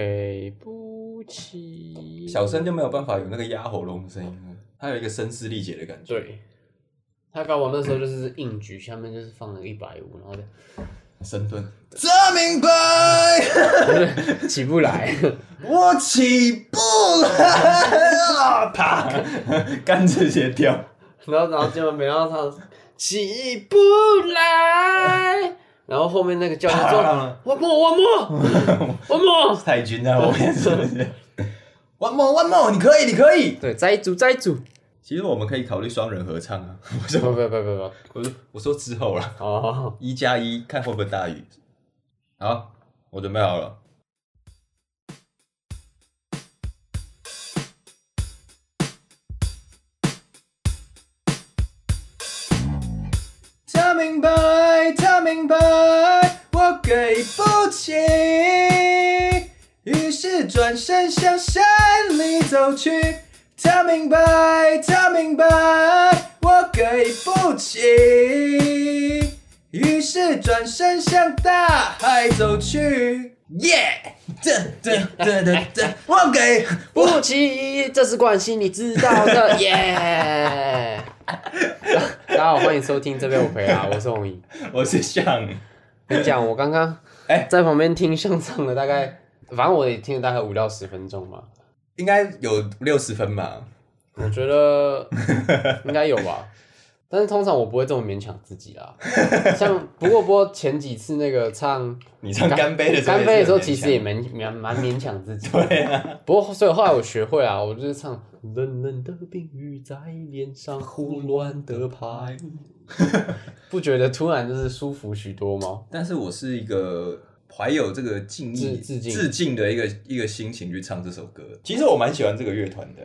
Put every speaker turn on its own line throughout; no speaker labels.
给不起。
小声就没有办法有那个压喉咙的声音了，它有一个声嘶力竭的感觉。
对，他高王那时候就是硬举，下面就是放了一百五，然后就
深蹲，这明白，
起不来。
我起不来啊！啪，杆子斜掉。
然后然后结果没让他起不来，然后后面那个教练说
啊：“
我摸，我摸， 我摸。
太君在后面是不是 ？One more, one more，你可以，你可”以。
对，再一组，再一组。
其实我们可以考虑双人合唱 啊。我
不
说，
不不不不，
我说，我说之后啦，
哦，
一加一看会不会大于。好，我准备好了。他明白，他明白，我给不起。于是转身向山里走去。他明白，他明白，我给不起。于是转身向大海走去。耶！这这这这这，我给我
不起，这是冠希，你知道的耶。 大家好，欢迎收听这边我陪啊，我是红怡。
我是像，
跟你讲，我刚刚
哎
在旁边听相唱了大概，反正我也听了大概五到十分钟吧，
应该有六十分吧？
我觉 得应该有吧。但是通常我不会这么勉强自己啦，像不过不过前几次那个唱
你唱干杯的时候
干
也是很勉强，
杯的时候，其实也蛮蛮蛮勉强自己。
对啊，
不过所以后来我学会啊，我就是唱冷冷的冰雨在脸上胡乱的 拍，不觉得突然就是舒服许多吗？
但是我是一个怀有这个敬意、
致致敬
的一个一个心情去唱这首歌。其实我蛮喜欢这个乐团的，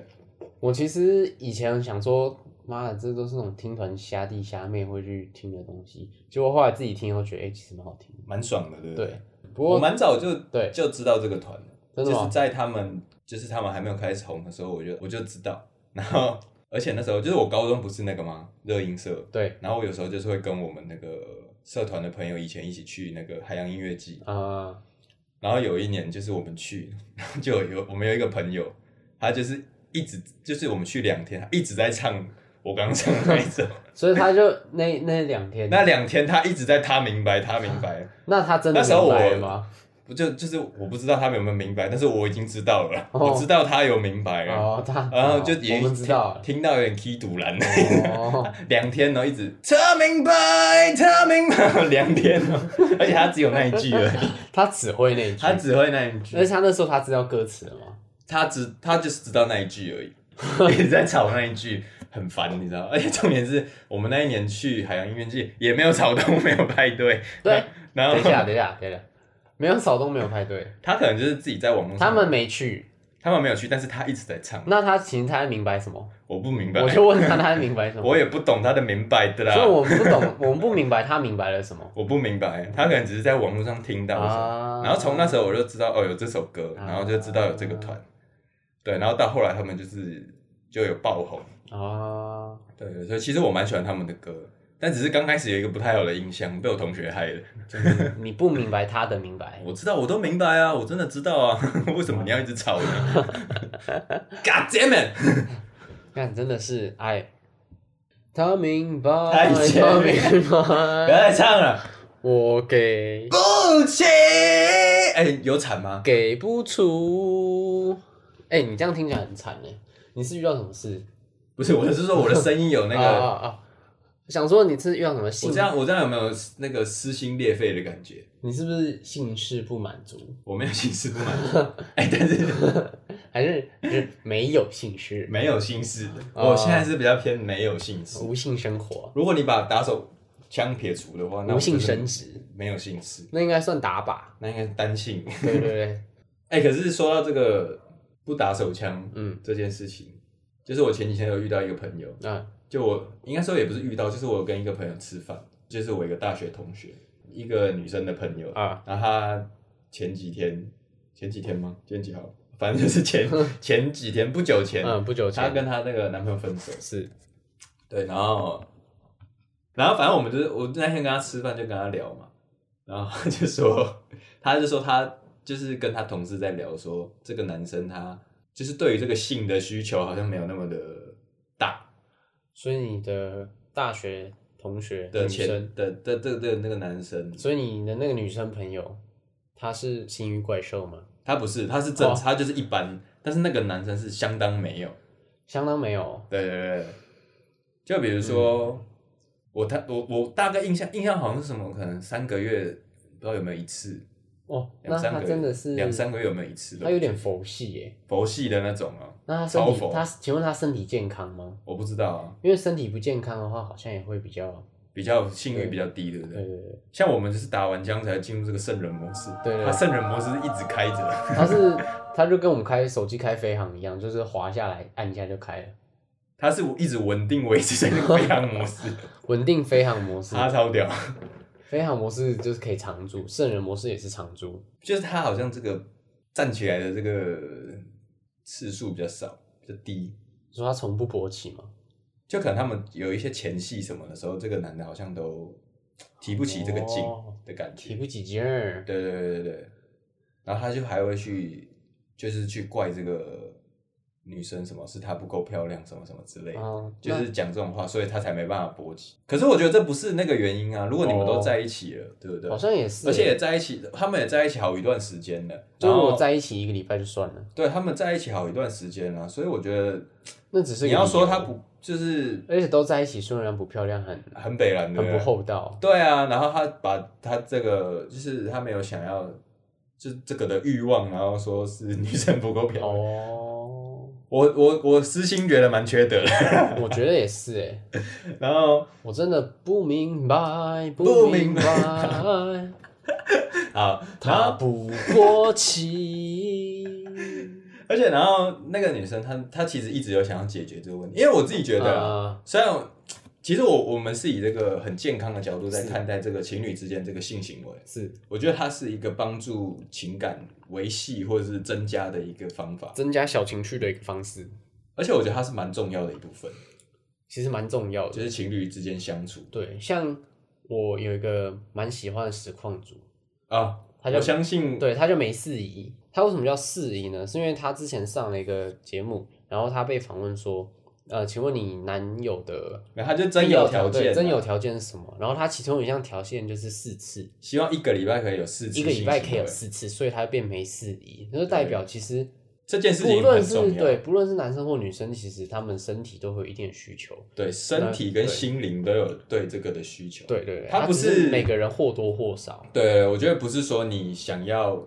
我其实以前想说，妈的，这都是那种听团瞎弟瞎妹会去听的东西，结果后来自己听以后觉得，哎、其实蛮好听的。
蛮爽的，对不对？
对，不
我
过
蛮早就
对
就知道这个团了，
真的
就
吗
是在他们就是他们还没有开始红的时候，我就我就知道。然后而且那时候就是我高中不是那个吗？热音社，
对，
然后我有时候就是会跟我们那个社团的朋友以前一起去那个海洋音乐季，
啊、
然后有一年就是我们去，然后就有我们有一个朋友，他就是一直就是我们去两天，他一直在唱我刚唱的那一 首，
所以他就那那两天，
那
那
两天他一直在他明白他明白，
他真的
那时候
明白
我嗯
了吗？
不就就是我不知道他们有没有明白，但是我已经知道了，
哦
我知道他有明白了，
哦，他
然后
哦
嗯就也
我们知道了。
听听到有点 key 堵蓝。
哦，
两天哦，一直他明白，他明白， 两天哦，而且他只有那一句而已，
他只会那一句，
他只会那一句
而，且他那时候他知道歌词了吗？
他只他就是知道那一句 而已，一直在吵那一句，很烦，你知道吗？而 且重点是我们那一年去海洋音乐季也没有吵动，没有派对，
对，
然
等一下，
后
等一下，等一下，没有草东，没有派对，
他可能就是自己在网络上，
他们没去。
他们没有去，但是他一直在唱，
那他其实他在明白什么？
我不明白，
我就问他，他在明白什么？
我也不懂他的明白的
所以
啦，
我们不懂， 我们不明白他明白了什么
我不明白，他可能只是在网络上听到什么，
啊
然后从那时候我就知道哦有这首歌，然后就知道有这个团，对，然后到后来他们就是就有爆红。
啊，
对，所以其实我蛮喜欢他们的歌，但只是刚开始有一个不太好的印象，被我同学害 了。
就是你不明白他的明 白，
我知道，我都明白啊，我真的知道啊， 为什么你要一直吵呢？God damn it！
看真的是哎，他明白，
太前
他明
不
白，
要再唱了，
我给
不起！哎、有惨吗？
给不出，哎，你这样听起来很惨哎，你是遇到什么事？
不是，我是说我的声音有那
啊
个，
啊啊！想说你是遇到什么
我
性
这，样我这样有没有那个撕心裂肺的感觉？
你是不是性事不满足，
我没有心事不满足，哎、但是
还是是没有性事，
没有心事，
哦
我现在是比较偏没有心事。
无性生活，
如果你把打手枪撇除的话，那我
无性
就是
生殖，
没有心事。
那应该算打靶。
那应该是单性。
对对对，
哎、可是说到这个不打手枪，
嗯
嗯，这件事情，就是我前几天有遇到一个朋友，
那
就我应该说也不是遇到，就是我有跟一个朋友吃饭，就是我一个大学同学，一个女生的朋友，
啊，
然后她前几天，前几天吗？今天几号？反正就 是前前几天不久前，
嗯，不久
她
前
跟她那个男朋友分手，
是
对，然后，然后反正我 们就是我那天跟他吃饭就跟他聊嘛，然后他就说，他就说他就是跟他同事在聊说，这个男生他就是对于这个性的需求好像没有那么的大
所以你的大学同学
的
女生，
前的的的的那个男生，
所以你的那个女生朋友，她是行于怪兽吗？
他不是，他是正，
哦
他就是一般，但是那个男生是相当没有。
相当没有，
对对对，对就比如说、
嗯
我他我我大概印象印象好像是什么，可能三个月不知道有没有一次，
哦，
两
那
三
他
个月
真的是
两三个月有没有一次的
他有点佛系耶。
佛系的那种啊，
那他身体
超，佛
他请问他身体健康吗？
我不知道啊，
因为身体不健康的话，好像也会比较，
比较性欲比较低，对不
对
对？
对对，
像我们就是打完僵才进入这个圣人模式，
对对
他圣人模式是一直开着，
他是他就跟我们开手机开飞行一样，就是滑下来按一下就开了，
他是一直稳定维持在那个飞行 模式，
稳定飞行模式，
他超屌。
飞行模式就是可以常驻，圣人模式也是常驻，
就是他好像这个站起来的这个次数比较少，比较低。
你说他从不勃起吗？
就可能他们有一些前戏什么的时候，这个男的好像都提不起这个劲
哦
的感觉。
提不起劲儿，
对对对对对，然后他就还会去，就是去怪这个女生什么是她不够漂亮什么什么之类的，
嗯，
就
那
是讲这种话，所以他才没办法勃起。可是我觉得这不是那个原因啊，如果你们都在一起了，对不对
哦好？像也是，欸
而且也在一起，他们也在一起好一段时间了。
就是
然后
我在一起一个礼拜就算了，
对他们在一起好一段时间了，所以我觉得
那只是
你
个
要
理
说
由
他，不就是
而且都在一起，虽然不漂亮，很
很北蓝的，
很不厚道，
对啊，然后他把他这个就是他没有想要，就是这个的欲望，然后说是女生不够漂亮。
哦，
我我我私心觉得蛮缺德的。
我觉得也是哎、
然后
我真的不明白，
不
不
明
明
白
白，
啊，然
他
后
不过期。
而且然后那个女生她她其实一直有想要解决这个问题，因为我自己觉得啊，
啊
虽然我其实我我们是以这个很健康的角度在看待这个情侣之间这个性行为，
是
我觉得它是一个帮助情感维系或者是增加的一个方法，
增加小情趣的一个方式，
而且我觉得它是蛮重要的一部分，
其实蛮重要的。
就是情侣之间相处
对，像我有一个蛮喜欢的实况组，
啊。
他
我
叫
相信
对，他就没四姨。他为什么叫四姨呢？是因为他之前上了一个节目，然后他被访问说，呃，请问你男友的
然后他就真有条件啊，
对真有条件是什么？然后他其中有一项条件就是四次，
希望一个礼拜可以有四次
一个礼拜
性
可
行
以有
为
四次，所以他变没四姨，那就代表其实
这件事
不
情很
论是
重要，
对不论是男生或女生，其实他们身体都会有一定的需求。
对身体跟心灵都有对这个的需求。
对对对，
他
啊
不
只是
是
每个人或多或少，
对，我觉得不是说你想要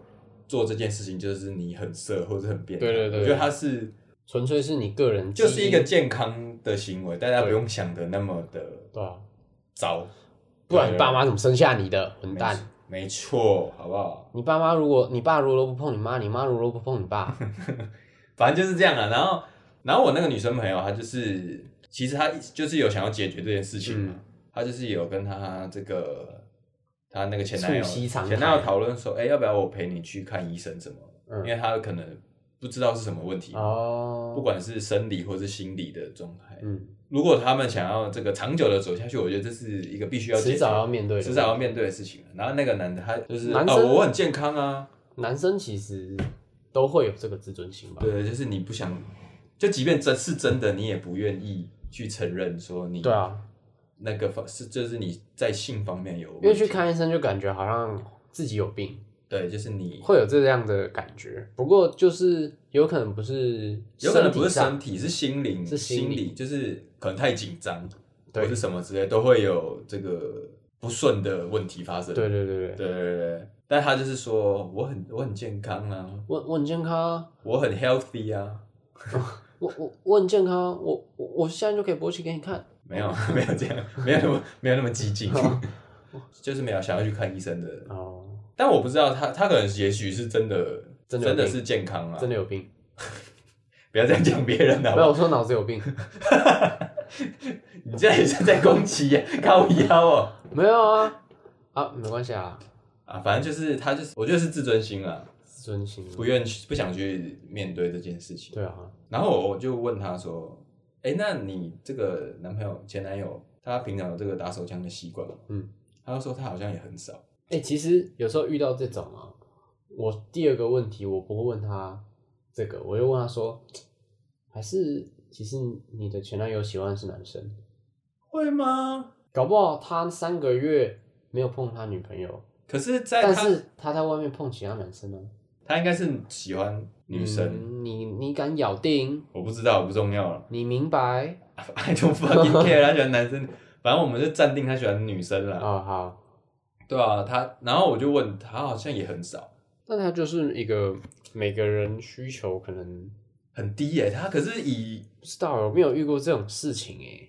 做这件事情就是你很色或者很变态，
对对对
我觉得它是
纯粹是你个人基
就
因
是一个健康的行为，大家
对
不用想的那么的
对啊，
糟，
不然
对
你爸妈怎么生下你的？混蛋！
没错，好不好？
你爸妈如果你爸如果都不碰你妈，你妈如果都不碰你 爸，
反正就是这样啊。然后，然后我那个女生朋友，她就是其实她就是有想要解决这件事情嘛，
嗯
她就是有跟她这个她那个前男友
促膝长谈
前男友讨论说，哎、要不要我陪你去看医生什么？
嗯
因为她可能不知道是什么问题，不
哦，
管是生理或是心理的状态。
嗯，
如果他们想要这个长久的走下去，我觉得这是一个必须要解
迟
决
早要面对的，
迟早要面对的事情了。然后那个男的他就是
男
啊，
生
我很健康啊，
男生其实都会有这个自尊心吧？
对，就是你不想，就即便真是真的，你也不愿意去承认说你
对啊，
那个方是就是你在性方面有问题，
因为去看医生就感觉好像自己有病，
对，就是你
会有这样的感觉。不过就是有可能不是
有可
身
能不
体
是
上
身，体，是心灵，
是心
心
理
理，就是可能太紧张或
对
是什么之类，都会有这个不顺的问题发生。
对对对对，
对对对对但他就是说我很我很健康啊，
我我很健康啊，
我很 healthy 啊，
我我我很健康啊，我我我现在就可以勃起给你看。
没有 没有这样，没有那么没有那么 激进，就是没有想要去看医生的
哦，
但我不知道他，他可能也许是真的，
真的有
的
病
是健康啊！
真的有病？
不要这样讲别人
没
啊
有，
了，
我说脑子有病，
你这样也是在攻击 呀、高腰哦。
没有啊啊，没关系啊，
啊，反正就是他就是，我觉得是自尊心啊，
自尊心。
不愿去不想去面对这件事情。
对啊，
然后我我就问他说：“哎、那你这个男朋友前男友，他平常有这个打手枪的习惯吗？”
嗯，
他就说他好像也很少。
哎、其实有时候遇到这种啊，我第二个问题我不会问他这个，我就问他说，还是其实你的前男友喜欢的是男生，
会吗？
搞不好他三个月没有碰他女朋友，
可是，在
但
他
是他在外面碰其他男生呢、
他应该是喜欢女生，
嗯你你敢咬定？
我不知道，不重要了。
你明白？
I don't fucking care，他喜欢男生，反正我们就暂定他喜欢女生啦。
啊、好，
对啊，他，然后我就问他，好像也很少，
那他就是一个每个人需求可能
很低耶、他可是以
不知道，我没有遇过这种事情诶、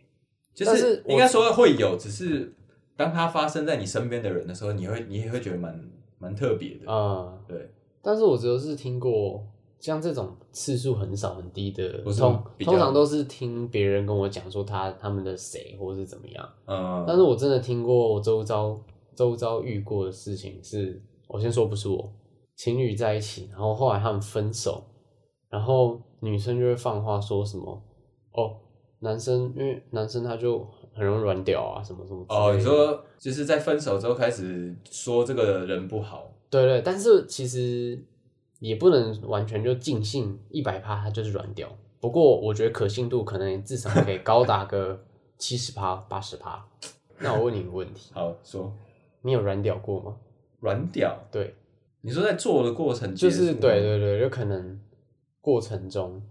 就
但
是
是我
应该说会有，只是当他发生在你身边的人的时候，你会你也会觉得蛮蛮特别的。
啊、
对，
但是我只有是听过像这种次数很少很低的，
不是
通
比较
通常都是听别人跟我讲说他他们的谁或是怎么样。
嗯，
但是我真的听过我周遭周遭遇过的事情是，我先说不是我，情侣在一起，然后后来他们分手，然后女生就会放话说什么哦，男生因为男生他就很容易软屌啊，什么什么之类的
哦，你说就是在分手之后开始说这个人不好，
对对，但是其实也不能完全就尽信一百趴，它就是软屌。不过我觉得可信度可能至少可以高达 个七十趴、八十趴。那我问你一个问题，
好说
你有软屌过吗？
软屌。
对，
你说在做的过程
就
结束
是
吗
对，对对，就可能过程中，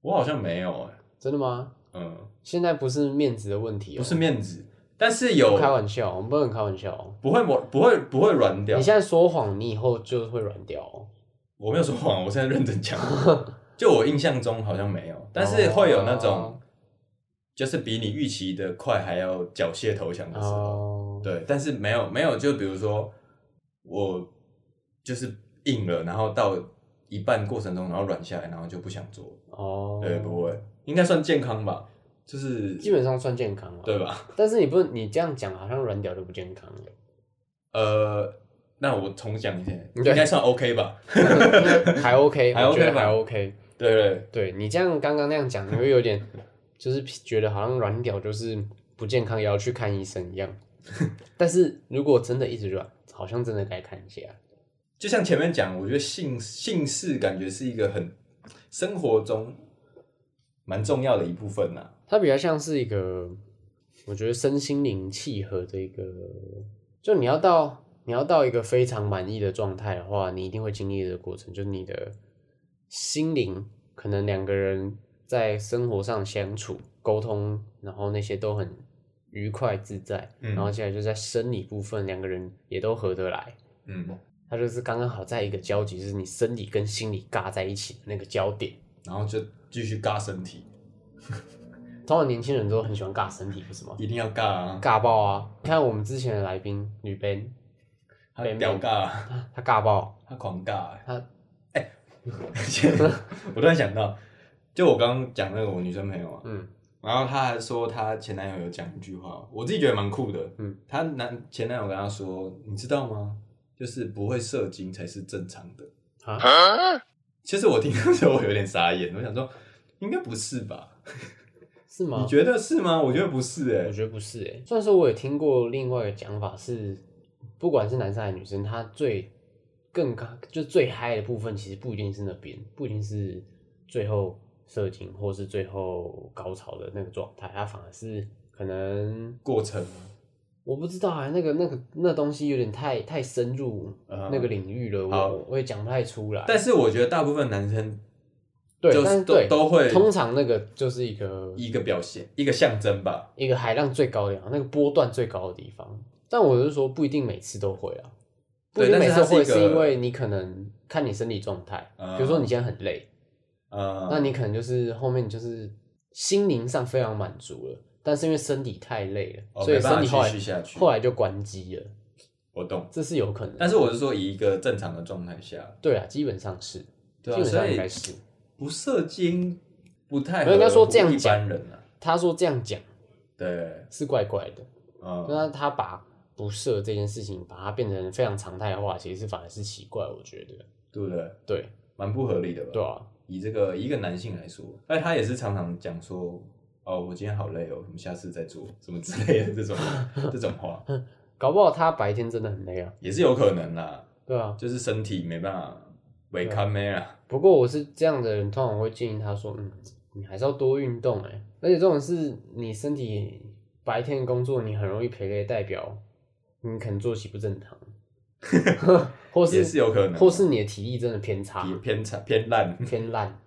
我好像没有哎、
真的吗？
嗯，
现在不是面子的问题、哦，
不是面子，但是有
不开玩笑，我们不能开玩笑、哦。
不会我不会不会软掉
你。现在说谎，你以后就会软屌、哦。
我没有说谎，我现在认真 讲。就我印象中好像没有，但是会有那种
哦，
就是比你预期的快还要缴械投降的时候。
哦，
对，但是没有没有，就比如说我就是硬了，然后到一半过程中，然后软下来，然后就不想做。
哦，
对，不会，应该算健康吧？就是
基本上算健康了。
对吧？
但是你不能，你这样讲好像软屌就不健康了。
呃，那我重讲一遍，应
对
该算 OK 吧？
还 OK，
还
我觉
OK
得
吧
还 OK。
对对
对你这样刚刚那样讲，你会有点就是觉得好像软屌就是不健康，也要去看医生一 样。但是如果真的一直软，好像真的该看一下。
就像前面讲，我觉得姓姓氏感觉是一个很生活中蛮重要的一部分呐、
它比较像是一个，我觉得身心灵契合的一个，就你要到你要到一个非常满意的状态的话，你一定会经历的过程，就是你的心灵可能两个人在生活上相处、沟通，然后那些都很愉快自在，
嗯
然后接下来就在生理部分，两个人也都合得来。
嗯，
它就是刚刚好在一个交集，就是你生理跟心理尬在一起的那个焦点。
然后就继续尬身体，
通常年轻人都很喜欢尬身体，不是吗？
一定要尬啊，
尬爆啊！你看我们之前的来宾女 Ben，
他
北美
屌尬啊，
她她尬爆，
他狂尬、欸。
她
我突然想到，就我刚刚讲那个我女生朋友啊，
嗯
然后她还说她前男友有讲一句话，我自己觉得蛮酷的。
嗯，
她男前男友跟她说，你知道吗？就是不会射精才是正常的。
啊，
其实我听到的时候我有点傻眼，我想说应该不是吧？
是吗？
你觉得是吗？我觉得不是哎、
我觉得不是诶、虽然说我也听过另外一个讲法是，不管是男生还是女生，他最更高就最嗨的部分，其实不一定是那边，不一定是最后射精或是最后高潮的那个状态，他反而是可能
过程
我不知道啊，那个那个那东西有点太太深入
嗯
那个领域了，
好
我我也讲不太出来。
但是我觉得大部分男生
对，
就
但
是
是
都
对，
都会
通常那个就是一个
一个表现，一个象征吧。
一个海浪最高的地方，那个波段最高的地方。但我是说，不一定每次都会啊，不
对
一定每次会，
但是它是一
是
个
因为你可能看你身体状态，
嗯
比如说你现在很累，
呃，
那你可能就是后面就是心灵上非常满足了，但是因为身体太累了，
哦
所以
没
身
办法
体后
继续下
来
去
后来就关机了，
我懂。
这是有可能的。
但是我是说以一个正常的状态下，
对啊，基本上是，基
对啊，
本
所
上
以
应该是。
不射精不太
没有应该说这样
合乎一
讲
般人啊，
他说这样讲
对，
是怪怪的，
嗯，
那他把不射这件事情，把它变成非常常态化，其实是反而是奇怪，我觉得。
对不对？
对
蛮不合理的吧？
对啊，
以这个以一个男性来说，但他也是常常讲说，哦，我今天好累哦，我们下次再做什么之 类的这种这种话，
搞不好他白天真的很累啊。
也是有可能啦。
对啊。
就是身体没办法违抗没了。
不过我是这样的人，通常会建议他说，嗯，你还是要多运动哎、而且这种是你身体白天工作，你很容易疲累，代表你可能作息不正 常，或
也
是
是有可能啊
或是你的体力真的偏差
比偏差偏烂。
偏烂，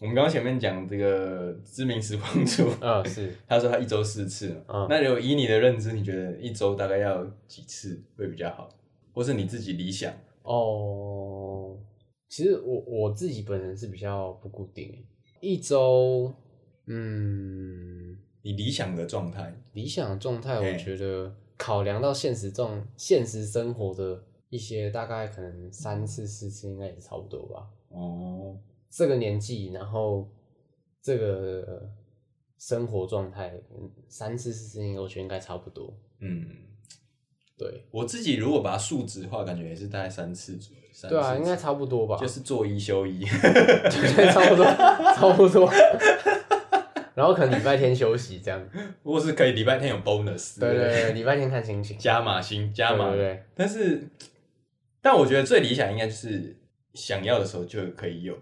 我们刚刚前面讲这个知名时光族，
嗯是，
他说他一周四次嘛，
嗯
那如果以你的认知，你觉得一周大概要几次会比较好，或是你自己理想？
哦，其实我我自己本人是比较不固定欸，一周，嗯，
你理想的状态，
理想的状态，
嘿
我觉得考量到现实状、现实生活的一些，大概可能三次、四次，应该也差不多吧。
哦，
这个年纪，然后这个呃生活状态，嗯三次、四次，应该我觉得应该差不多。
嗯，
对，
我自己如果把它数值化，感觉也是大概三次左右，三
对啊，
四
应
次
该差不多吧，
就是做一休一，
对，差不多，差不多。然后可能礼拜天休息这样，
或是可以礼拜天有 bonus，
对对
不
对，礼拜天看心情，
加码薪加
对
码，
对对，
但是，但我觉得最理想应该就是想要的时候就可以有，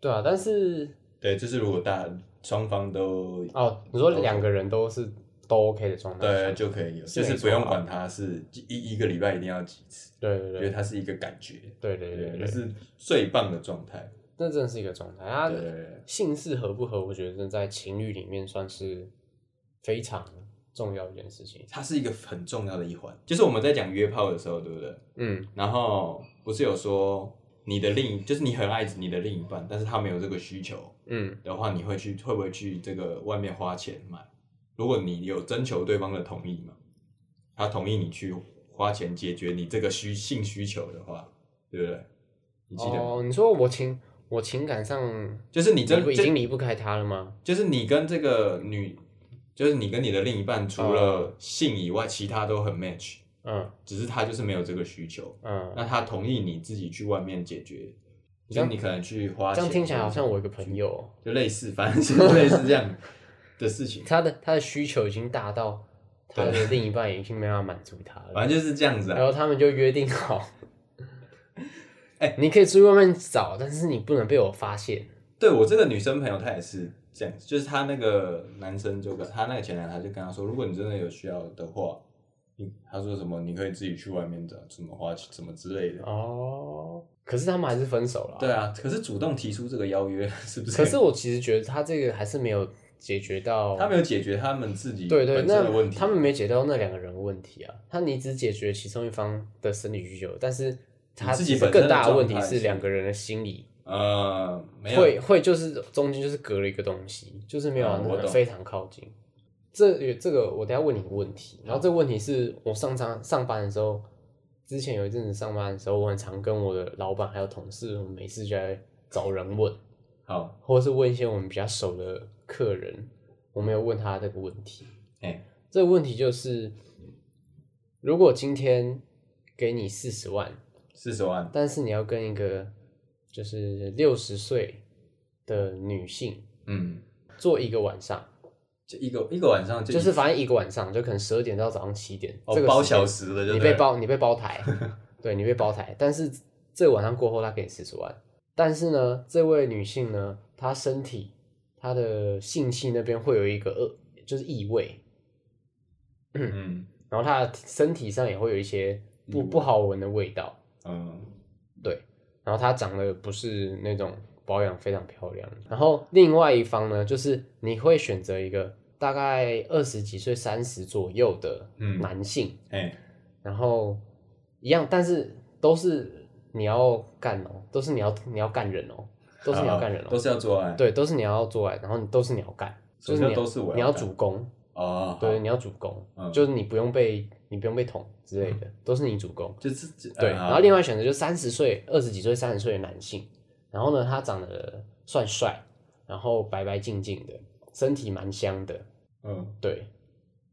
对啊，但是
对，就是如果大双方都
哦，你说两个人都是都 OK 的状态下，
对就可以有，
是
就
没错
是不用管它是一一个礼拜一定要几次，
对对
觉
对
得，它是一个感觉，
对对对
对，
对对，
那是最棒的状态，
那真的是一个状态。啊
对，对对
性事合不合，我觉得真的在情侣里面算是非常重要的一件事情。
它是一个很重要的一环。就是我们在讲约炮的时候，对不对？
嗯，
然后不是有说你的另一就是你很爱你的另一半，但是他没有这个需求
嗯，
的话，你会去会不会去这个外面花钱买？如果你有征求对方的同意嘛，他同意你去花钱解决你这个需性需求的话，对不对？你记得吗？
哦，你说我情我情感上
就是你
离
真
不已
就
经离不开他了吗？
就是你跟这个女，就是你跟你的另一半除
哦
了性以外，其他都很 match，
嗯
只是他就是没有这个需求。
嗯，
那他同意你自己去外面解决，
这
就是
样
你可能去花
这
钱，
样听起来好像我一个朋友，哦
就类似，反正是类似这样的 事情，
他的他的需求已经大到他的另一半已经没办法满足他了，
反正就是这样子
然
啊。
后他们就约定好。
哎
你可以出去外面找，但是你不能被我发现。
对我这个女生朋友，她也是这样子，就是她那个男生就跟她那个前男友，他就跟她说，如果你真的有需要的话，你他说什么你可以自己去外面找，什么花钱什么之类的。
哦，可是他们还是分手了啊。
对啊，可是主动提出这个邀约 是不是？
可是我其实觉得他这个还是没有解决到，
他没有解决他们自己
对对，
本身的
那
问题，
他们没解决到那两个人的问题啊。他你只解决其中一方的生理需求，但是他
你自己
其实
本身
更
的
大的
状
问题
态
是
是
两个人的心理
呃没有
会会就是中间就是隔了一个东西，就是没有
嗯我
那个
懂
非常靠近。这这个我等一下问你一个问题，然后这个问题是我上上上班的时候，之前有一阵子上班的时候，我很常跟我的老板还有同事，我们每次就来找人问，
好，
或是问一些我们比较熟的客人，我没有问他这个问题。
哎、
这个问题就是，如果今天给你四十万，
四十万，
但是你要跟一个就是六十岁的女性
嗯，
做一个晚上，
就一个一个晚上就
就是反正一个晚上，就可能十二点到早上七点，
哦
这个
包
时间
小时的就
你
对
被
了
包你被包 台，对你被包台，但是这个晚上过后他给你四十万，但是呢，这位女性呢，她身体她的性器那边会有一个恶，就是异味，
嗯
然后她的身体上也会有一些不
异味
不好闻的味道，
嗯，
对，然后她长得不是那种保养非常漂亮，然后另外一方呢，就是你会选择一个大概二十几岁、三十左右的
嗯
男性。
哎、
然后一样，但是都是你要干哦，都是你要你要干人哦，都是你要干人
啊
哦
都，是要做爱，
对，都是你要做爱，然后你都是你要干，就
什么
是
叫
你
都是我要
你要
干
主攻，
哦，
对，
好，
你要主攻，
嗯
就是你不用被你不用被捅之类的，都是你主攻。
就是这
对，
嗯好
然后另外选择就是三十岁、二十几岁、三十岁的男性，然后呢，他长得算帅，然后白白净净的，身体蛮香的，
嗯，
对，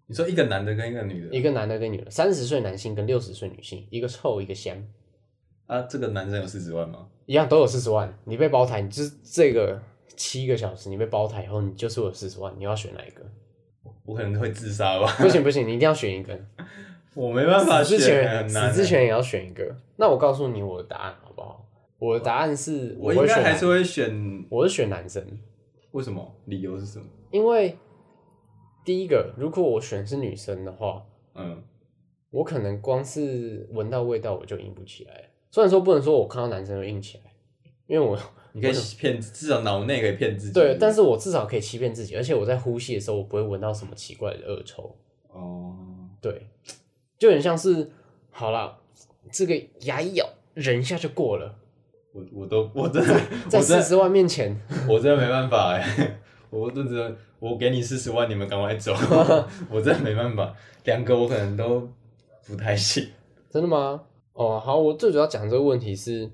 你说一个男的跟一个女的，
一个男的跟女的，三十岁男性跟六十岁女性，一个臭一个香，
啊，这个男生有四十万吗？
一样都有四十万，你被包台，你就是这个七个小时，你被包台以后，你 就是有四十万，你要选哪一个？
我可能会自杀吧，
不行不行，你一定要选一个，
我没办法
死
选，
之前
很难欸。
死之前也要选一个。那我告诉你我的答案好不好？我的答案是
我应
会选
该还
男，
是会选，
我是选男生，
为什么？理由是什么？
因为第一个，如果我选是女生的话，
嗯，
我可能光是闻到味道我就硬不起来了。虽然说不能说我看到男生就硬起来，因为我
你可以
我
骗，至少脑内可以骗自己。
对，但是我至少可以欺骗自己，而且我在呼吸的时候我不会闻到什么奇怪的恶臭。
哦，
对，就很像是好啦，这个牙一咬忍一下就过了，
我我都我真的我
在
真
四
的
十万面前，
我真的没办法哎，我真的我给你四十万，你们赶 快走，我真的没办法，两个我可能都不太行。
真的吗？哦，好，我最主要讲这个问题是，因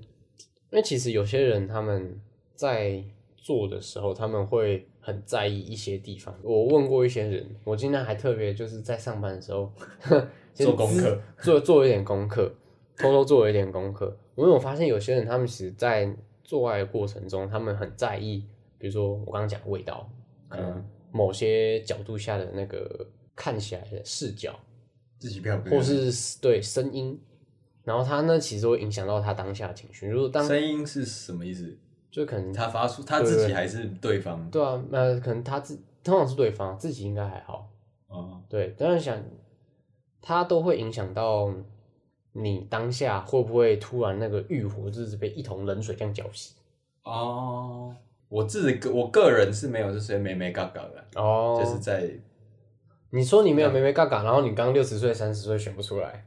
为其实有些人他们在做的时候，他们会很在意一些地方。我问过一些人，我今天还特别就是在上班的时候 先
做功
自
课，
做做一点功课，偷偷做了一点功课。因为我发现有些人他们其实，在做爱的过程中，他们很在意，比如说我刚刚讲的味道，可能
嗯，
某些角度下的那个看起来的视角，
自己漂不
或是对声音，然后它呢其实会影响到他当下的情绪。如果当
声音是什么意思？
就可能
他发出他
对
自己
对
还是对方？
对啊，呃，可能他自通常是对方自己应该还好，
哦，
对，但是想他都会影响到你当下会不会突然那个欲火就是被一桶冷水这样浇熄
哦，我自己个我个人是没有这些美美嘎嘎的，
哦
就是在
你说你没有妹妹嘎嘎，然后你刚六十岁三十岁选不出来，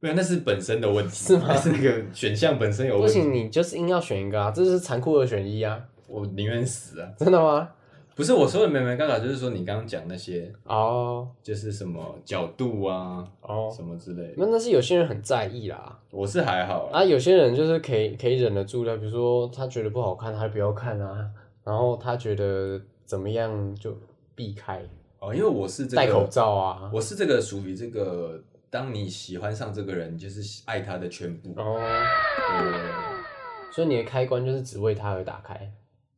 没有，那是本身的问题，
是吗
那是那个选项本身有
不
问题。
行，你就是硬要选一个啊，这就是残酷二选一啊，
我宁愿死啊！
真的吗？
不是我说的美美嘎嘎，就是说你刚刚讲那些，
哦
就是什么角度啊，
哦，
什么之类的。
那那是有些人很在意啦。
我是还好啊，
啊，有些人就是可以可以忍得住的，比如说他觉得不好看，他就不要看啊，然后他觉得怎么样就避开，
哦，因为我是这
戴口
个，
罩啊，
我是这个属于这个，当你喜欢上这个人，你就是爱他的全部。
然后
呃，
所以你的开关就是只为他而打开，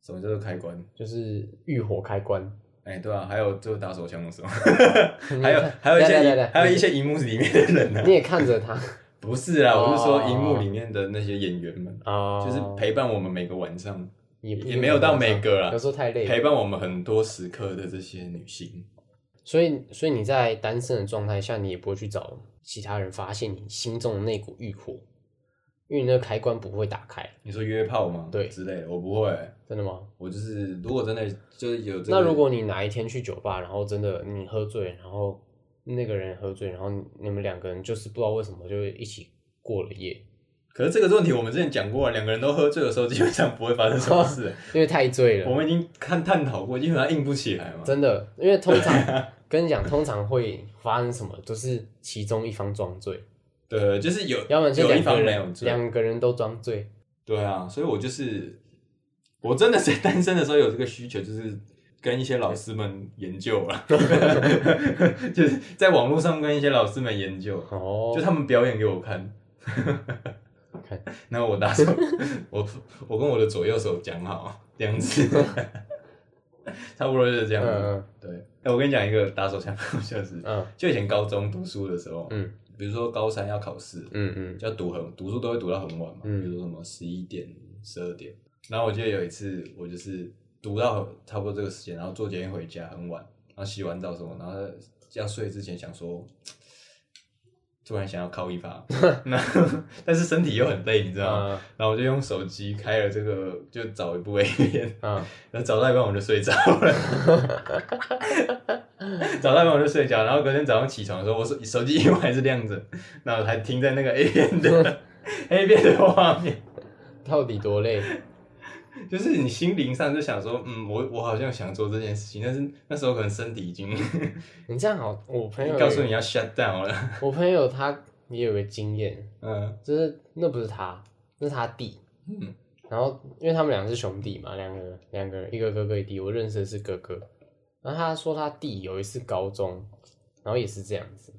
什么叫做开关？
就是欲火开关。
哎、对啊，还有就是打手枪的时候，
你
还有
看
还有一
等
些
下
荧
等下
还有一
等下
些荧幕里面的人呢、
你也看着 他
不是啦，我是说
哦
荧幕里面的那些演员们，
啊，
就是陪伴我们每个晚上，
也不
也
一定
没有到
晚上
每个啦
有时候太累了，
陪伴我们很多时刻的这些女星。
所以，所以你在单身的状态下，你也不会去找其他人发泄你心中的那股欲火，因为你那个开关不会打开，
你说约炮吗？
对
之类的，我不会，
真的吗？
我就是如果真的就是有、这个，
那如果你哪一天去酒吧，然后真的你喝醉，然后那个人喝醉，然后你你们两个人就是不知道为什么就一起过了夜，
可是这个问题我们之前讲过了，啊两个人都喝醉的时候基本上不会发生什么事，
因为太醉
我
了，
们已经看探讨过，基本上硬不起来嘛。
哦真的，因为通 常跟你讲，通常会发生什么都是其中一方装醉，
对，就是有
要不然就
有一
两
方
个
没有
人
醉，
两个人都装醉，
对啊，所以我就是我真的是单身的时候有这个需求，就是跟一些老师们研究 了，就是在网络上跟一些老师们研究，
哦
就，他们表演给我看。
看
然后我打手，我我跟我的左右手讲好这样子， 差不多就是这样
嗯
子。
嗯
对，哎、我跟你讲一个打手枪好笑事，
嗯
就以前高中读书的时候，
嗯
比如说高三要考试，
嗯嗯，
要读很读书都会读到很晚嘛，
嗯
比如说什么十一点、十二点。然后我记得有一次，我就是读到差不多这个时间，然后坐捷运回家很晚，然后洗完澡什么，然后要睡之前想说，突然想要靠一发，那但是身体又很累，你知道吗？
啊
然后我就用手机开了这个，就找一部 A 片，
啊
然后找到一半我就睡着了， 找到一半我就睡觉，然后隔天早上起床的时候，我手手机因为还是亮着，然后还停在那个 A 片的 A 片的画面，
到底多累？
就是你心灵上就想说，嗯，我我好像想做这件事情，但是那时候可能身体已经
你这样好，我朋友
告诉
有
你要 shut down 了，
我朋友他也有个经验，
嗯
就是那不是他，那是他弟。
嗯
然后因为他们俩是兄弟嘛，两个两个人，一个哥哥一个弟，我认识的是哥哥。然后他说他弟有一次高中，然后也是这样子，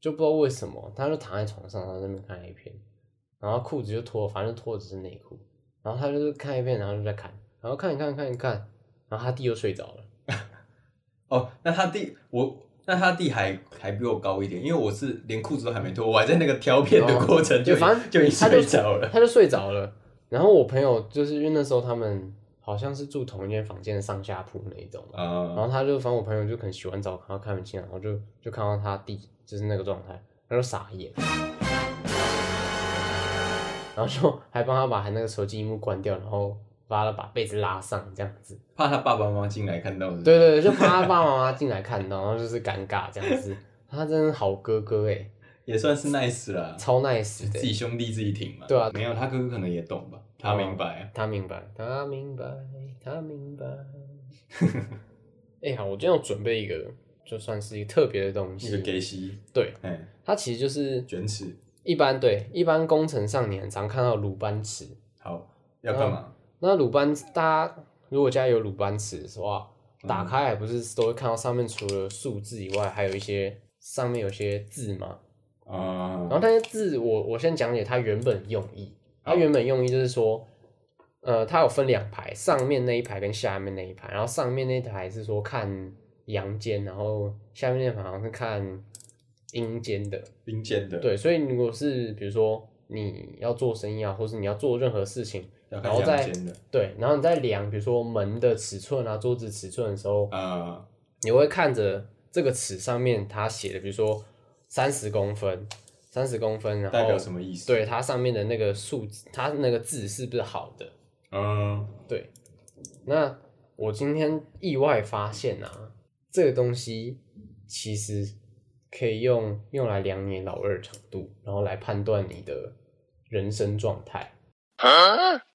就不知道为什么，他就躺在床上，然后在那边看 A 片，然后裤子就脱，反正脱的只是内裤，然后他就是看 A 片，然后就在看，然后看一看看一看，然后他弟又睡着了。
哦，那他弟我但他弟还还比我高一点，因为我是连裤子都还没脱，我还在那个挑片的过程
就
就已、
哦反正
就已经
他就
睡着了。
他就睡着了。然后我朋友就是因为那时候他们好像是住同一间房间的上下铺那一种吧，然
啊
后他就反正我朋友就可能洗完澡，然后开门进啊来，然后就就看到他弟就是那个状态，他就傻眼， 然后就还帮他把他那个手机荧幕关掉，然后把他把被子拉上这样子。
怕他爸爸妈妈进来看到是不是
对对对，就怕他爸爸妈妈进来看到，然后就是尴尬这样子。他真的好哥哥哎、
也算是 nice 啦，
超 nice 的
自
欸、
己兄弟自己挺嘛。
对啊哦
没有他哥哥可能也懂吧，他明白啊。
他明白，他明白，他明白。哎、好，我今天有准备一个，就算是一个特别的东
一个
西。
给息，
对，
嗯，
它其实就是
卷尺，
一般对一般工程上你很常看到鲁班尺。
好，要干嘛？
那鲁班，大家如果家里有鲁班尺的话，呃打
嗯
开来不是都会看到上面除了数字以外，还有一些上面有些字吗？
啊
然后那些字我，我先讲解它原本用意。它
好
原本用意就是说，呃，它有分两排，上面那一排跟下面那一排。然后上面那一排是说看阳间，然后下面那排好像是看阴间的。
冰尖的，，
对，所以如果是比如说你要做生意啊，或是你要做任何事情，
要
然后
看
再
两尖的
对，然后你在量比如说门的尺寸啊、桌子尺寸的时候，
啊，
你会看着这个尺上面它写的，比如说三十公分，三十公分，然后
代表什么意思？，
哦对它上面的那个数字，它那个字是不是好的？
嗯，
对，那我今天意外发现啊，这个东西其实可以用用来量你老二长度，然后来判断你的人生状态。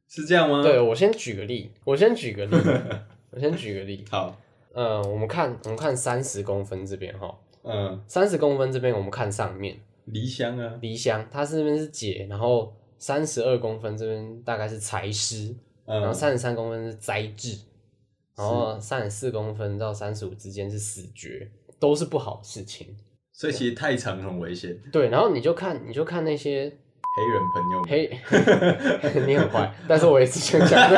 是这样吗？
对，我先举个例，我先举个例，我先举个例。
好，
呃，我们看我们看三十公分这边哈，
嗯，
三十公分这边我们看上面
离乡啊，
离乡，它这边是解，然后三十二公分这边大概是财师，然后
嗯，
三十三公分是灾制，然后三十四公分到三十五之间是死绝，都是不好的事情。
所以其实太长很危险，
对，然后你就看，你就看那些
黑人朋友们，
黑， 你很坏，但是我也是想讲的。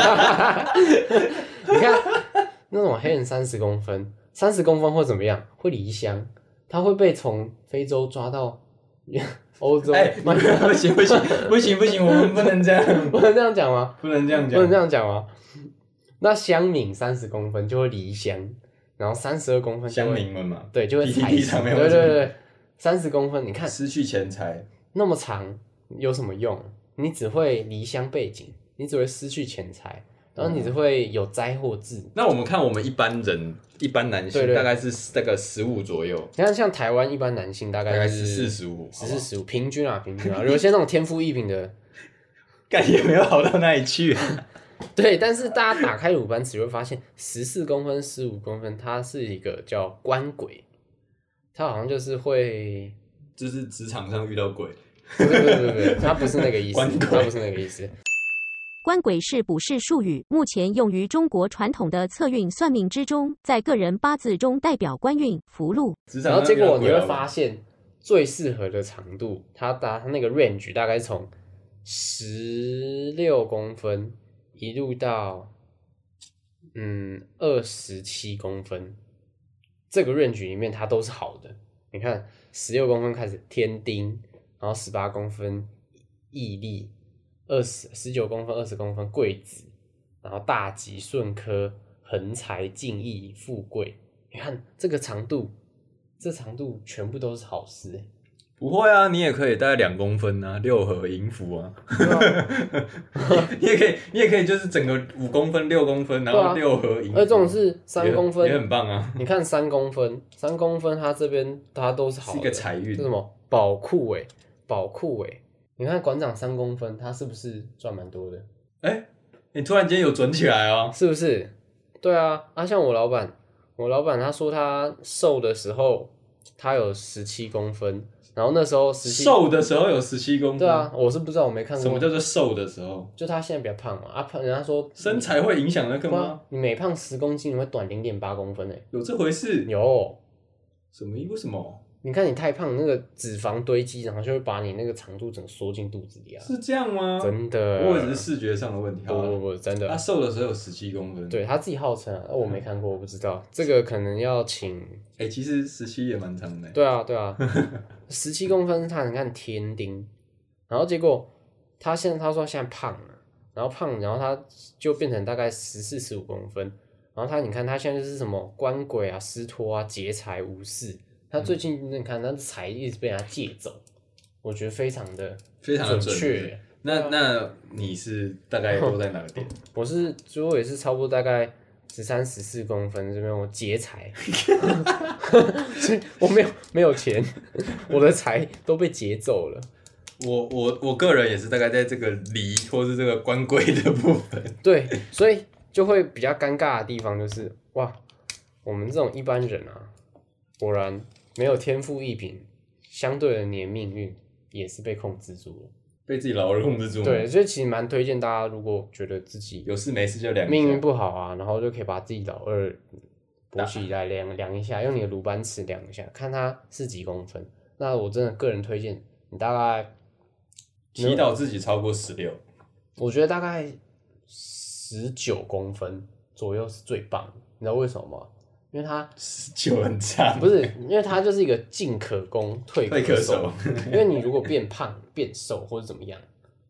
你看那种黑人三十公分，三十公分会怎么样？会离乡，他会被从非洲抓到 欧洲。
哎，不行不行不行不行，我们不能这样，
不能这样讲吗？
不能这样
不能这
讲，
样讲吗？那乡民三十公分就会离乡，然后三十二公分就会
乡民们嘛，
对就会
PTT
踩死
上面
对
会
对
这
对，三十公分，你看
失去钱财，
那么长有什么用？你只会离乡背景，你只会失去钱财，然后你只会有灾祸制。
那我们看我们一般人一般男
对
性
对
大概是大概十五左右，
你看，像台湾一般男性大
大
概
概
是
十四、十五，
十四十五，平均啊，平均 啊，有些那种天赋异禀的，
干也没有好到哪里去。
对。但是大家打开鲁班尺会发现，十四公分、十五公分，它是一个叫官鬼，它好像就是会
就是职场上遇到鬼，
不是不是不是不是，它不是那个意思，
官鬼
它不是那个意思。
官鬼是卜筮术语，目前用于中国传统的测运算命之中，在个人八字中代表官运、福禄。
职
然
场
后
上
结
遇到
果你
鬼
会
好不好
发现，最适合的长度，它大它那个 range 大概是从十六公分一路到嗯二十七公分，这个 range 里面它都是好的。你看，十六公分开始天丁，然后十八公分毅力，二十十九公分、二十公分贵子，然后大吉顺科、横财进义、富贵。你看这个长度，这长度全部都是好事、欸。
不会啊，你也可以大概两公分啊，六合银符 啊，你也可以，你也可以就是整个五公分、六公分，然
对
后
啊
六合银符，
而这种是三
也
公分，
也很棒啊，
你看三公分，三公分它这边它都是好
是
的，
一个财运
这是什么宝库哎，宝库哎。你看馆长三公分，他是不是赚蛮多的？
哎、你突然间有准起来哦，
是不是？对啊，啊，像我老板，我老板他说他瘦的时候，他有十七公分，然后那时候十七，
瘦的时候有十七公分，
对啊，，我是不知道，我没看过。
什么叫做瘦的时候？
就他现在比较胖嘛，啊胖，人家说
身材会影响那个
对啊
吗？，
你每胖十公斤，你会短零点八公分诶、欸
有这回事？
有，
什么？为什么？
你看你太胖，那个脂肪堆积，然后就会把你那个肠肚整个缩进肚子里啊，
是这样吗？
真的。
我只是视觉上的问题。
不
好
不
了，
不，真的
他，瘦的时候有十七公分。，
对他自己号称啊，
嗯
我没看过，我不知道这个可能要请
哎，其实十七也蛮长的。
对啊，对啊，十七公分是他你看天丁，然后结果他现在他说他现在胖了，然后胖，然后他就变成大概十四十五公分，然后他你看他现在就是什么官鬼啊、私托啊、劫财无视，他最近你看他的财一直被人家借走，我觉得非常的
非常的准
确。啊
那那你是大概落在哪个 点？
我是如果也是差不多大概十三十四公分这边，我劫财， 所以我没有没有钱，我的财都被劫走了。
我我我个人也是大概在这个离或是这个官规的部分。
对，所以就会比较尴尬的地方就是，哇，我们这种一般人啊，果然没有天赋异禀，相对的，你的命运也是被控制住了。
被自己牢牢控制住吗，
对，所以其实蛮推荐大家，如果觉得自己
有事没事就两
命运
下
不好啊，然后就可以把自己老二勃起来量量一下，用你的鲁班尺量一下，看它是几公分。那我真的个人推荐你大概，
祈祷自己超过十六，
我觉得大概十九公分左右是最棒的。你知道为什么吗？因为它
十九很差，
不是，因为它就是一个进可攻退
会
可
咳嗽。
因为你如果变胖、变瘦或者怎么样，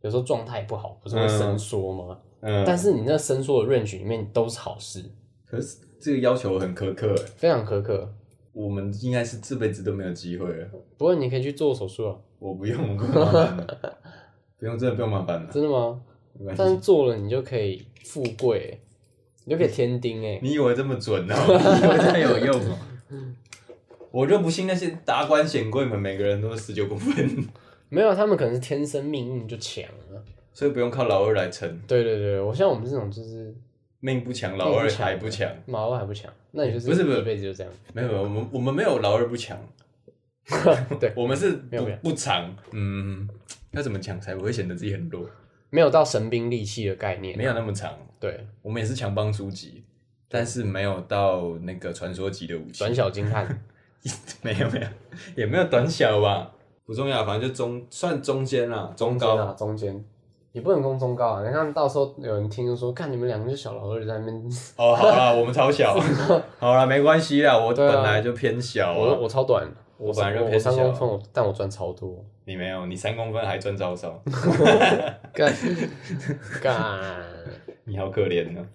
有时候状态不好，不是会伸缩吗？
嗯，
但是你那伸缩的 range 里面都是好事，
可是这个要求很苛刻欸，
非常苛刻。
我们应该是这辈子都没有机会了。
不过你可以去做手术啊，
我不用，我不用麻烦了，不用，真的不用麻烦了，
真的吗？
没关
但是
系。
做了你就可以富贵欸、你就可以天丁哎、
你以为这么准哦？你以为这有用哦？我就不信那些达官显贵们每个人都是十九公分，
没有，啊他们可能是天生命运就强啊。
所以不用靠老二来撑，
对对对，我像我们这种就是
命不强，老二
命强
还不强。
毛还不强，那你就是
不是不是
一辈子就这样。
没有，没有，我们我们没有老二不强，
对，
我们是
没有
不
没有
不长，嗯，要怎么强才不会显得自己很弱？
没有到神兵利器的概念啊、
没有那么长，
对，
我们也是强帮书籍，但是没有到那个传说级的武器
短，小精悍。
没有没有，也没有短小吧，不重要，反正就中算中间啦，中 高，
啊，中间也不能攻中高啊。你看到时候有人听就说，看你们两个就小老二在那边，
哦，好啦， 我们超小，好啦，没关系啦，我
对啊
本来就偏小
我
啊，
我超短，
我本来就
我
偏
三
小啊
公分，我但我赚超多，
你没有，你三公分还赚招少，
干 干，
你好可怜呢、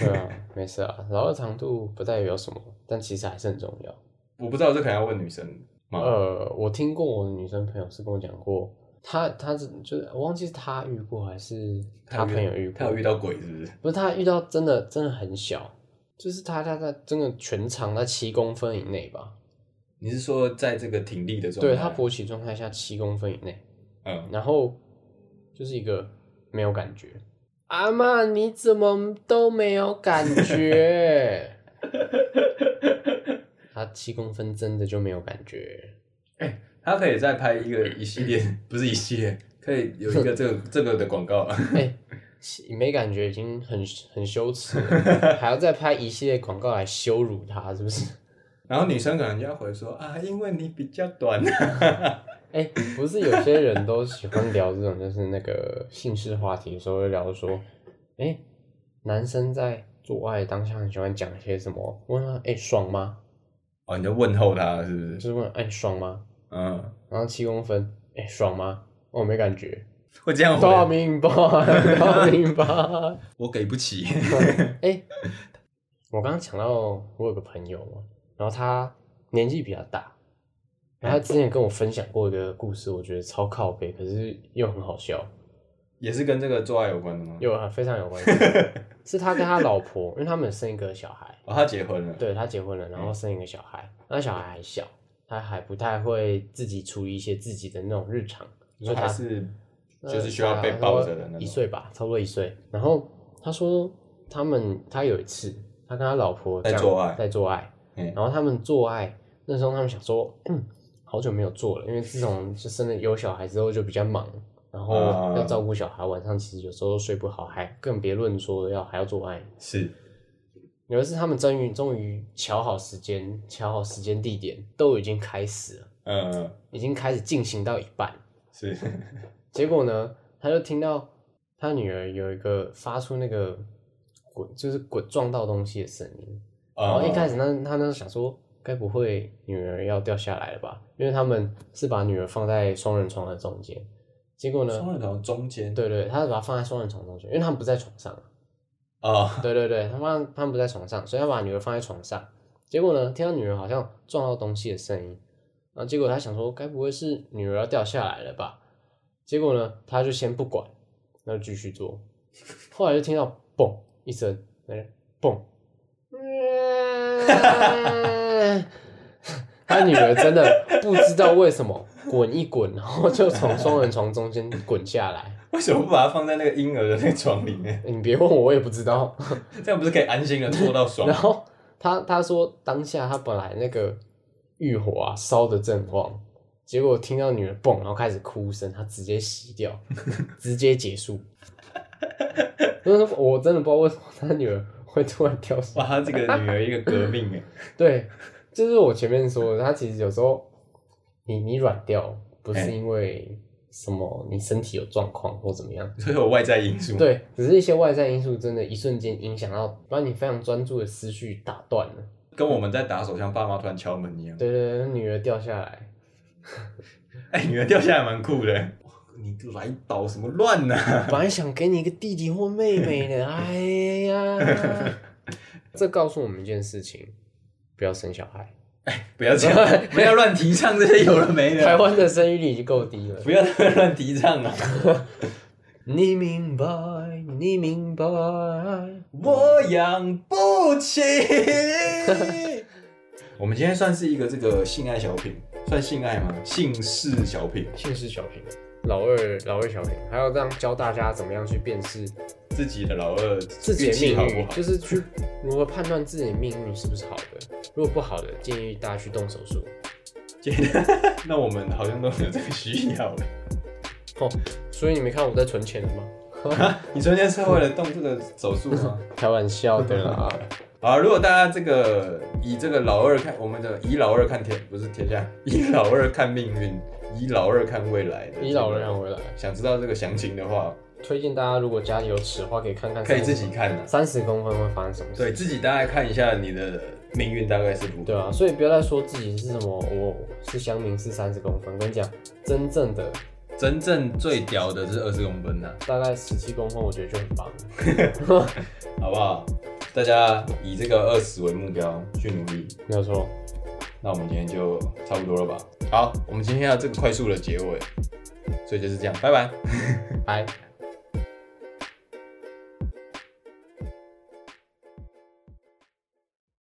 对啊，没事啊。老二长度不代表什么，但其实还是很重要。
我不知道这可能要问女生嘛，
呃，我听过我的女生朋友是跟我讲过，她她是就是我忘记是她遇过还是她
有
朋友遇过，
她有遇到鬼是不是？
不是她遇到真的真的很小，就是她她她真的全长在七公分以内吧，
你是说在这个挺立的状态？
对，她勃起状态下七公分以内，
嗯，
然后就是一个没有感觉。阿妈，你怎么都没有感觉？ 她七公分真的就没有感觉。
他可以再拍一个一系列， 不是一系列，可以有一个 这个这个的广告。
哎、没感觉已经很很羞耻了，还要再拍一系列广告来羞辱他，是不是？
然后女生可能就要回说啊，因为你比较短。
哎、不是有些人都喜欢聊这种，就是那个性事话题的时候，会聊说，哎、男生在做爱当下很喜欢讲一些什么？问他，哎、爽吗？
哦，你就问候他是不？
就是是问，哎、爽吗？
嗯，
然后七公分，哎、爽吗？我、没感觉，
会这样
大
回。
明白，大明白。
我给不起。
哎、我刚刚讲到我有个朋友嘛，然后他年纪比较大，然后他之前跟我分享过一个故事，我觉得超靠背，可是又很好笑，
也是跟这个做爱有关的吗？
又非常有关系。是他跟他老婆，因为他们生一个小孩，
哦，他结婚了。
对他结婚了，然后生一个小孩，那小孩还小，他还不太会自己处理一些自己的那种日常，
你
所
说
以
他
他
是
呃
就是需要被抱着的那
大概
种。
一岁吧，差不多一岁。然后他说他们他有一次，他跟他老婆
在
这样
做爱
在做爱，
嗯
然后他们做爱那时候他们想说，嗯，好久没有做了，因为自从就生了有小孩之后就比较忙，然后
啊
要照顾小孩，晚上其实有时候睡不好，还更别论说要还要做爱。
是，
有的是他们终于终于瞧好时间，瞧好时间地点，都已经开始了，
嗯嗯，
已经开始进行到一半，
是，
结果呢，他就听到他女儿有一个发出那个滚，就是滚撞到东西的声音。然哦后一开
始，
始那他那时候想说，该不会女儿要掉下来了吧？因为他们是把女儿放在双人床的中间，结果
双
呢，
人床中间，，
对对，他是把她放在双人床中间，因为他们不在床上啊。
啊，
对对对，他放他们不在床上，所以他把女儿放在床上。结果呢，听到女儿好像撞到东西的声音，然后结果他想说，该不会是女儿要掉下来了吧？结果呢，他就先不管，然后继续做。后来就听到嘣一声，那个嘣，他女儿真的不知道为什么滚一滚，然后就从双人床中间滚下来。
为什么不把它放在那个婴儿的那个床里面？
你别问我，我也不知道。
这样不是可以安心的做到 爽
然？后他他说当下他本来那个欲火啊烧的正旺，结果听到女儿蹦，然后开始哭声，他直接熄掉， 直接结束。 就是我真的不知道为什么他女儿会突然跳下。
哇，他这个女儿一个革命 哎，
对，就是我前面说的，他其实有时候你你软掉，不是因为什么你身体有状况或怎么样，
所以有外在因素。，
对，只是一些外在因素真的，一瞬间影响到，把你非常专注的思绪打断了。
跟我们在打手枪，爸妈突然敲门一样。
对对对，女儿掉下来，
哎，女儿掉下来蛮酷的。你就来捣什么乱啊 呢、
本来想给你一个弟弟或妹妹的，哎呀，这告诉我们一件事情：不要生小孩。
不要这样，不要乱提倡这些有了没
台
的，
湾的生育率已经够低了
不。要乱提倡 啊！
你明白，你明白。
我养不起。 我们今天算是一个这个性爱小品，算性爱吗？性事小品，
姓氏小平，老二，老二小平，还要让教大家怎么样去辨识
自己的老二
自己
运
的
气
命
好
运，
不好？
就是去如何判断自己的命运是不是好的。如果不好的，建议大家去动手术。
觉得那我们好像都没有这个需要 了。
哦，所以你没看我在存钱了吗？
你昨天是为了动这个手术吗？
开玩笑的啦。
啊，如果大家这个以这个老二看我们的以老二看天不是天下， 以老二看命运，以老二看未来的，
你老人想回来，
想知道这个详情的话，
推荐大家如果家里有尺的话，可以看看30，
可以自己看的、啊
三十公分会发生什么事。
对自己大概看一下你的命运大概是如何。
对啊，所以不要再说自己是什么，我是乡民是三十公分，跟你讲，真正的
真正最屌的是二十公分呐、
大概十七公分，我觉得就很棒。
好不好？大家以这个二十为目标去努力。
没有错，
那我们今天就差不多了吧？好，我们今天要这个快速的结尾，所以就是这样，拜拜。
拜。